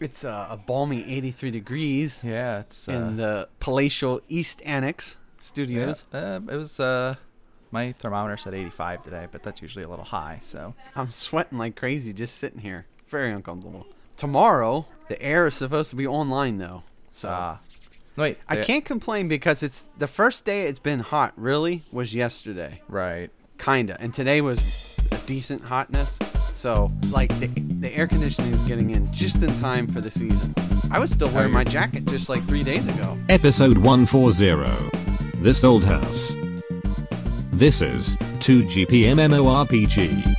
It's uh, a balmy 83 degrees Yeah, it's uh, in the Palatial East Annex yeah, Studios. uh, it was uh, my thermometer said 85 today, but that's usually a little high. So I'm sweating like crazy just sitting here. Very uncomfortable. Tomorrow, the air is supposed to be online though. So uh, wait, Oh. I there- can't complain because it's the first day it's been hot, really, was yesterday. Right. Kinda. And today was a decent hotness. So, like, the, the air conditioning is getting in just in time for the season. I was still wearing my jacket just like three days ago. Episode 140. This Old House. This is 2GPMMORPG.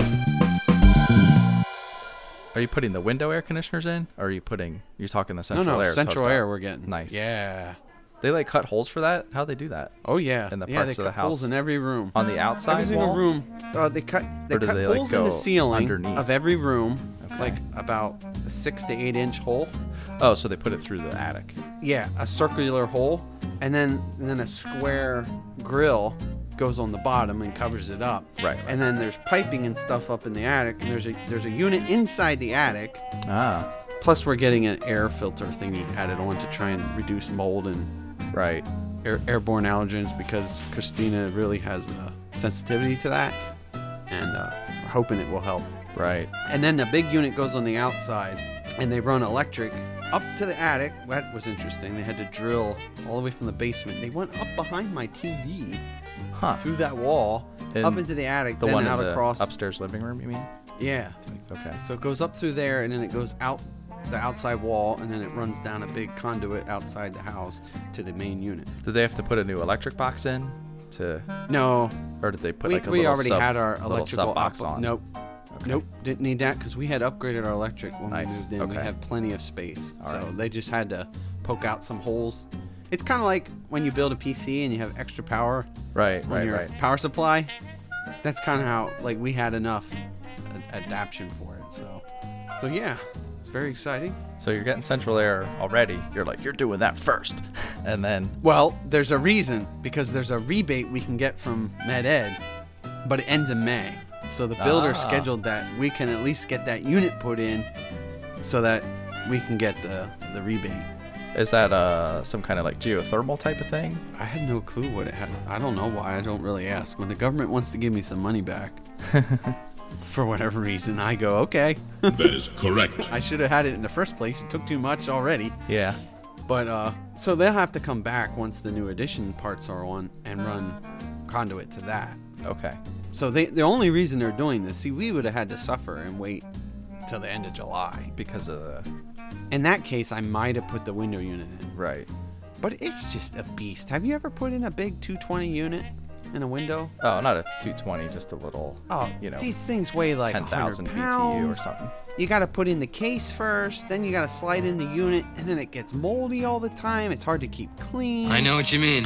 Are you putting the window air conditioners in, or are you putting? You're talking the central no, no, air. is central hooked air up. we're getting. Nice. Yeah. They like cut holes for that. How they do that? Oh, yeah. In the yeah, they parts of the cut holes house. in every room. On the outside every single wall? room. Uh, they cut they Or do cut they, like, holes in the go ceiling underneath? of every room, Okay. like about a six to eight inch hole. Oh, so they put it through the attic. Yeah, a circular hole, and then and then a square grill goes on the bottom and covers it up. Right, right. And then there's piping and stuff up in the attic. And there's a there's a unit inside the attic. Ah, Plus, we're getting an air filter thingy added on to try and reduce mold and right. air, airborne allergens because Christina really has a sensitivity to that, and uh, we're hoping it will help. Right. And then the big unit goes on the outside, and they run electric up to the attic. That was interesting. They had to drill all the way from the basement. They went up behind my TV, Huh. through that wall, In up into the attic, The then one out in the across. upstairs living room. You mean? Yeah. Okay. So it goes up through there, and then it goes out the outside wall, and then it runs down a big conduit outside the house to the main unit. Did they have to put a new electric box in? To No, or did they put we, like a we little already sub- had our little electrical sub box op- on? Nope. Nope, didn't need that because we had upgraded our electric when Nice, we moved in. We okay. had plenty of space, All so right. they just had to poke out some holes. It's kind of like when you build a PC and you have extra power Right. on Right. your Right. power supply. That's kind of how like we had enough a- adaption for it. So, so yeah, it's very exciting. So you're getting central air already. You're like you're doing that first, and then Well, there's a reason because there's a rebate we can get from Med Ed, but it ends in May. So the builder Ah. scheduled that we can at least get that unit put in so that we can get the, the rebate. is that uh some kind of like geothermal type of thing? I had no clue what it had. I don't know why. I don't really ask. When the government wants to give me some money back, for whatever reason, I go, okay. That is correct. I should have had it in the first place. It took too much already. Yeah. But uh, so they'll have to come back once the new addition parts are on and run conduit to that. Okay. So they, the only reason they're doing this, see, we would have had to suffer and wait till the end of July. Because of the In that case, I might have put the window unit in. right. But it's just a beast. Have you ever put in a big 220 unit in a window? Oh, not a 220, just a little. Oh, you know, these things weigh like 10,000 10,000 BTU or something. You got to put in the case first, then you got to slide in the unit, and then it gets moldy all the time. It's hard to keep clean. I know what you mean.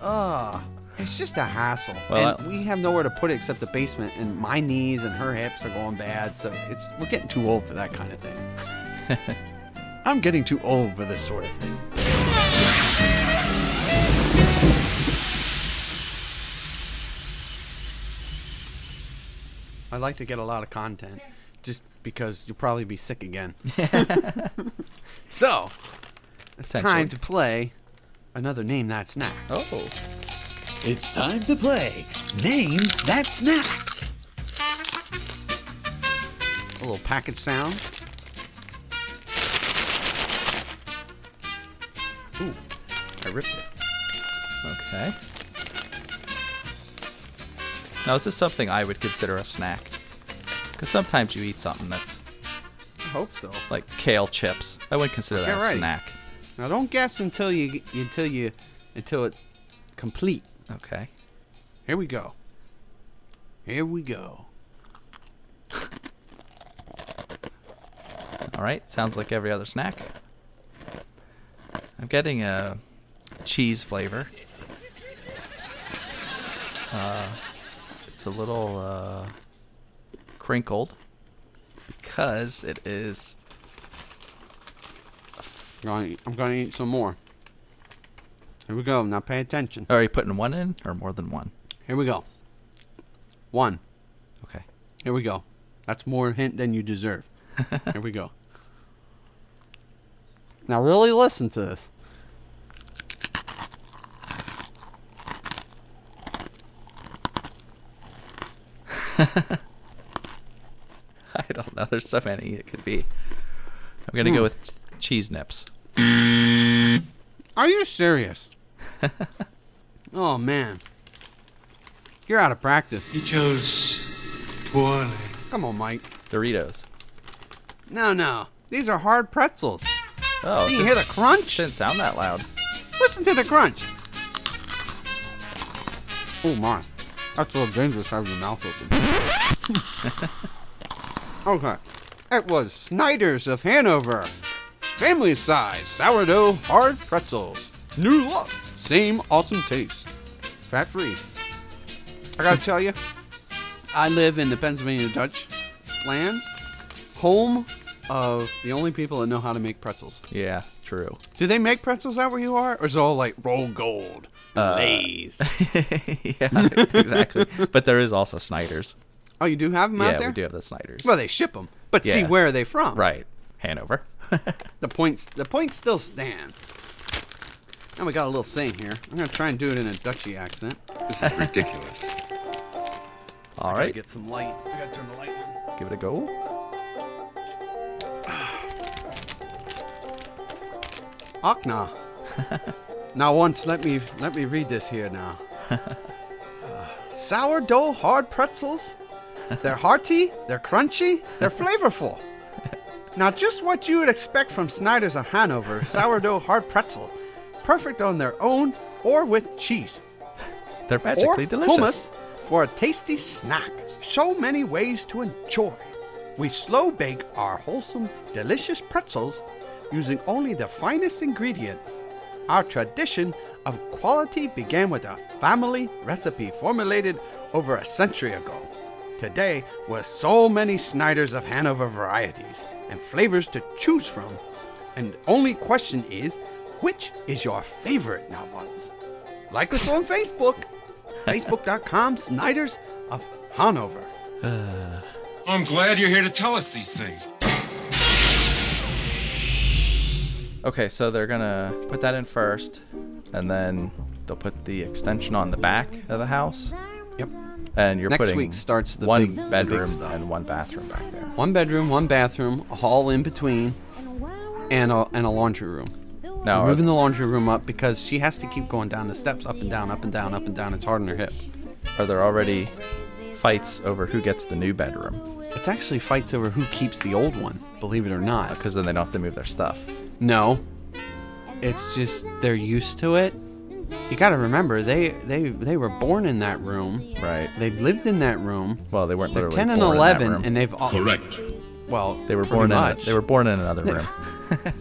Ugh. It's just a hassle. Well, and I- we have nowhere to put it except the basement, and my knees and her hips are going bad, so it's we're getting too old for that kind of thing. I'm getting too old for this sort of thing. I like to get a lot of content just because you'll probably be sick again. so, it's time Essentially. to play another Name That Snack. Oh, It's time to play. Name that snack. a little package sound. Ooh, I ripped it. okay. Now, is this something I would consider a snack? Because sometimes you eat something that's I hope so. like kale chips. I wouldn't consider that Okay, a right. snack. Now don't guess until you until you until it's complete. Okay. Here we go. Here we go. All right. Sounds like every other snack. I'm getting a cheese flavor. Uh, it's a little uh, crinkled because it is I'm gonna eat, I'm gonna eat some more. Here we go. Now pay attention. Are you putting one in or more than one? Here we go. One. Okay. Here we go. That's more hint than you deserve. Here we go. Now really listen to this. I don't know. There's so many it could be. I'm gonna go with ch- cheese nips. Are you serious? oh man, you're out of practice. He chose poorly. Come on, Mike. Doritos. No, no, these are hard pretzels. Oh, Do it you hear the didn't- crunch? Didn't sound that loud. Listen to the crunch. Oh my, that's a little dangerous having your mouth open. okay, it was Snyder's of Hanover. Family size sourdough hard pretzels. New look, same awesome taste. Fat free. I gotta tell you, I live in the Pennsylvania Dutch land, home of the only people that know how to make pretzels. Yeah, true. Do they make pretzels out where you are, or is it all like roll gold, Lay's? yeah, exactly. but there is also Snyder's. Oh, you do have them out yeah, there. we do have the Snyder's. Well, they ship them, but see Yeah. where are they from? right, Hanover. The points. The point still stands. Now we got a little saying here. I'm gonna try and do it in a Dutchy accent. This is ridiculous. All I right, get some light. I gotta turn the light on. give it a go. Akna. now once, let me let me read this here now. Sourdough hard pretzels. They're hearty. They're crunchy. They're flavorful. Now, just what you would expect from Snyder's of Hanover sourdough hard pretzel, perfect on their own or with cheese They're magically or delicious. hummus for a tasty snack. So many ways to enjoy. We slow bake our wholesome, delicious pretzels using only the finest ingredients. Our tradition of quality began with a family recipe formulated over a century ago. Today, with so many Snyder's of Hanover varieties and flavors to choose from, and the only question is, which is your favorite now once? Like us on Facebook. Facebook.com Snyder's of Hanover. I'm glad you're here to tell us these things. Okay, so they're gonna put that in first, and then they'll put the extension on the back of the house. Yep. And you're Next putting week starts the one big- the big bedroom stuff. and one bathroom back there. One bedroom, one bathroom, a hall in between, and a, and a laundry room. Now, Moving are, the laundry room up because she has to keep going down the steps, up and down, up and down, up and down. It's hard on her hip. are there already fights over who gets the new bedroom? It's actually fights over who keeps the old one, believe it or not. Because then they don't have to move their stuff. No, it's just they're used to it. You got to remember they they they were born in that room. Right. They've lived in that room. Well, they weren't They're literally 10 and born in that 11 room. and they've all Correct. well, They were pretty born in a- much. they were born in another room.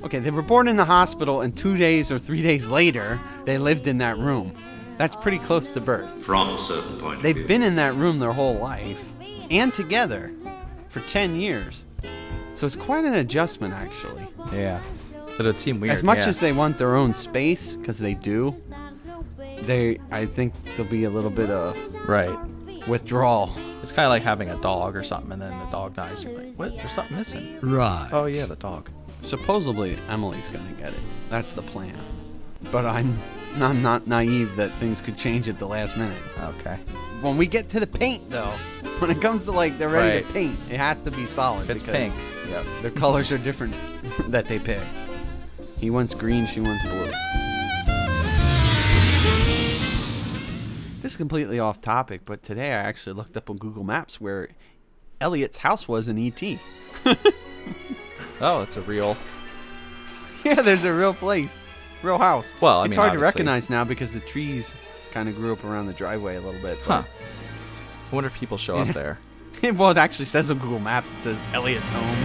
Okay, they were born in the hospital, and two days or three days later, they lived in that room. That's pretty close to birth. From a certain point of They've view. been in that room their whole life and together for 10 years. So it's quite an adjustment, actually. yeah. It would seem weird. As much yeah. as they want their own space, because they do, they I think there'll be a little bit of right. withdrawal. It's kind of like having a dog or something, and then the dog dies. You're like, what? There's something missing. Right. Oh yeah, the dog. Supposedly, Emily's gonna get it. That's the plan. But I'm I'm not naive that things could change at the last minute. Okay. When we get to the paint, though, when it comes to like they're ready to Right. paint, it has to be solid. If it's because pink. Yep. Their colors are different that they picked. He wants green, she wants blue. This is completely off topic, but today I actually looked up on Google Maps where Elliot's house was in E ET. Oh, it's a real. Yeah, there's a real place, real house. Well, I it's mean, hard to obviously- recognize now because the trees kind of grew up around the driveway a little bit. Huh. But I wonder if people show up there. well, it actually says on Google Maps it says Elliot's home.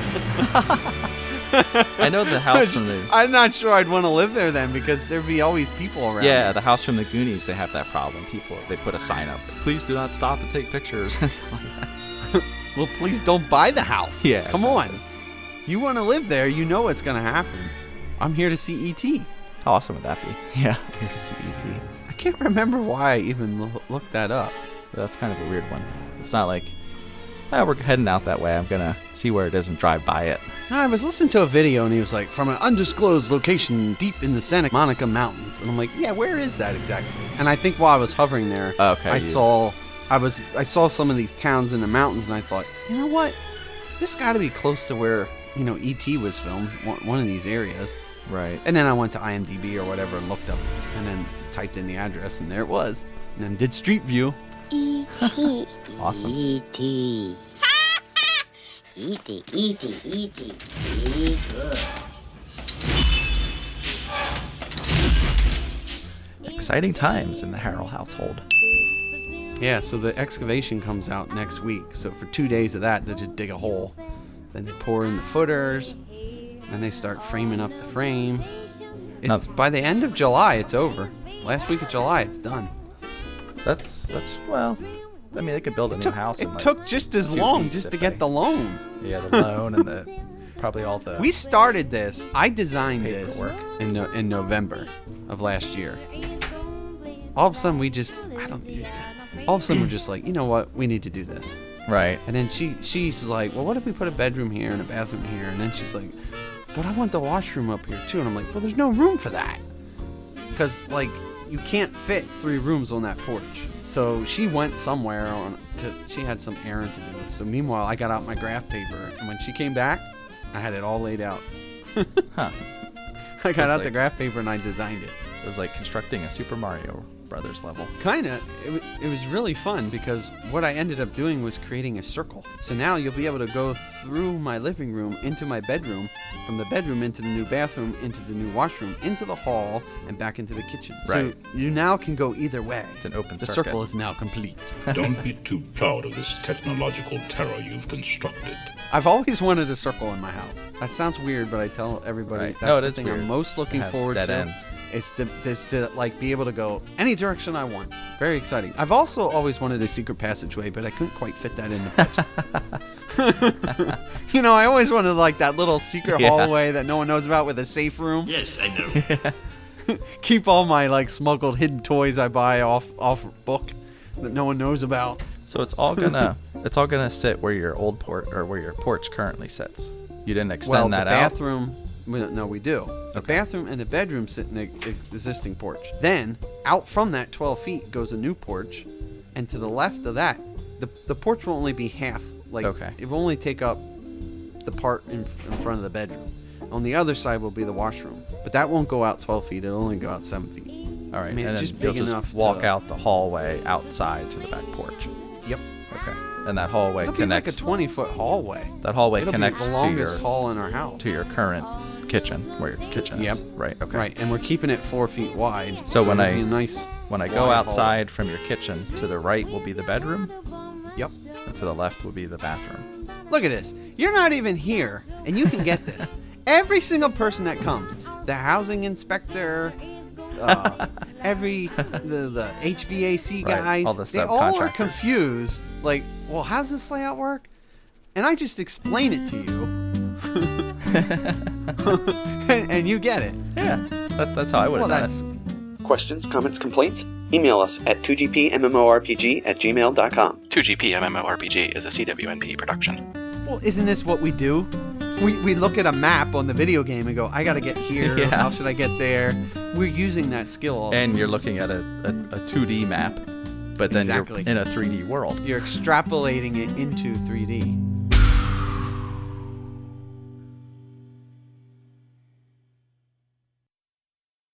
I know the house from the. I'm not sure I'd want to live there then because there'd be always people around. Yeah, the house from the Goonies. They have that problem. People they put a sign up. Please do not stop and take pictures. and stuff like that. Well, please don't buy the house. Yeah, Come on. You want to live there, you know what's going to happen. I'm here to see E E.T. How awesome would that be? Yeah. E Here to see ET. I can't remember why I even lo- looked that up. That's kind of a weird one. It's not like "Ah, we're heading out that way. I'm gonna see where it is and drive by it. No, I was listening to a video and he was like, from an undisclosed location deep in the Santa Monica Mountains. And I'm like, yeah, where is that exactly? And I think while I was hovering there, Okay, I you- saw I was I saw some of these towns in the mountains and I thought, you know what? This got to be close to where, you know, E.T. was filmed, one, one of these areas. Right. And then I went to IMDb or whatever and looked up and then typed in the address and there it was. And then did Street View. E.T. Awesome. E.T. E.T. E.T. E.T. Be good. Exciting times in the Harrell household. Yeah, so the excavation comes out next week. So for two days of that, they just dig a hole. Then they pour in the footers. Then they start framing up the frame. It's Now- by the end of July, it's over. Last week of July, it's done. That's that's well. I mean, they could build a new Took- house. it in, like, took just as two long weeks just to if get they- the loan. yeah the loan and the probably all the We started this. I designed this Paperwork. in no, in November of last year. All of a sudden, we just I don't. All of a sudden, we're just like, you know what? We need to do this. right. And then she she's like, well, what if we put a bedroom here and a bathroom here? And then she's like, but I want the washroom up here too. And I'm like, well, there's no room for that, because like you can't fit three rooms on that porch. So she went somewhere on to she had some errand to do. So meanwhile, I got out my graph paper, and when she came back, I had it all laid out. Huh. I got It's out the like- graph paper and I designed it. It was like constructing a Super Mario Brothers level. Kinda. It, w- it was really fun because what I ended up doing was creating a circle. So now you'll be able to go through my living room into my bedroom, from the bedroom into the new bathroom, into the new washroom, into the hall, and back into the kitchen. Right. So you now can go either way. It's an open the circuit. circle is now complete. Don't be too proud of this technological terror you've constructed. I've always wanted a circle in my house. That sounds weird, but I tell everybody Right. that's No, it the is thing weird I'm most to looking have forward dead to. ends. Is to is to like be able to go any direction I want. Very exciting. I've also always wanted a secret passageway, but I couldn't quite fit that in the budget. you know, I always wanted like that little secret Yeah. hallway that no one knows about with a safe room. Yes, I know. Keep all my like smuggled hidden toys I buy off off book that no one knows about. So it's all gonna it's all gonna sit where your old porch or where your porch currently sits. You didn't extend well, that the out. bathroom. We don't, no, we do. The Okay. bathroom and the bedroom sit in the e-, existing porch. Then out from that 12 feet goes a new porch, and to the left of that, the the porch will only be half. Like Okay. it will only take up the part in, in front of the bedroom. On the other side will be the washroom, but that won't go out 12 feet. It'll only go out seven feet. All right, I mean, and it's then just you'll big just enough walk to- out the hallway outside to the back porch. Yep. Okay. And that hallway It'll connects be like a 20 foot hallway. that hallway It'll connects be the to longest your hall in our house. to your current kitchen where your kitchen Yep. is. Right. Okay. Right, and we're keeping it four feet wide. So when it'll I- be a nice When I wide go hall. outside from your kitchen, to the right will be the bedroom, Yep. and to the left will be the bathroom. Look at this. You're not even here, and you can get this. Every single person that comes, the housing inspector, uh, every the, the HVAC Right, guys, all the they all are subcontractors. confused. Like, well, how's this layout work? And I just explain it to you, and, and you get it. Yeah. That, that's how I would Well, have done that's it. Questions, comments, complaints? Email us at 2gpmmorpg at gmail.com. 2GP MMORPG is a CWNP production. Well, isn't this what we do? We, we look at a map on the video game and go, I gotta get here. Yeah. How should I get there? We're using that skill. All the And you're looking at a, a, a 2D map, but then Exactly. you're in a 3D world. you're extrapolating it into 3D.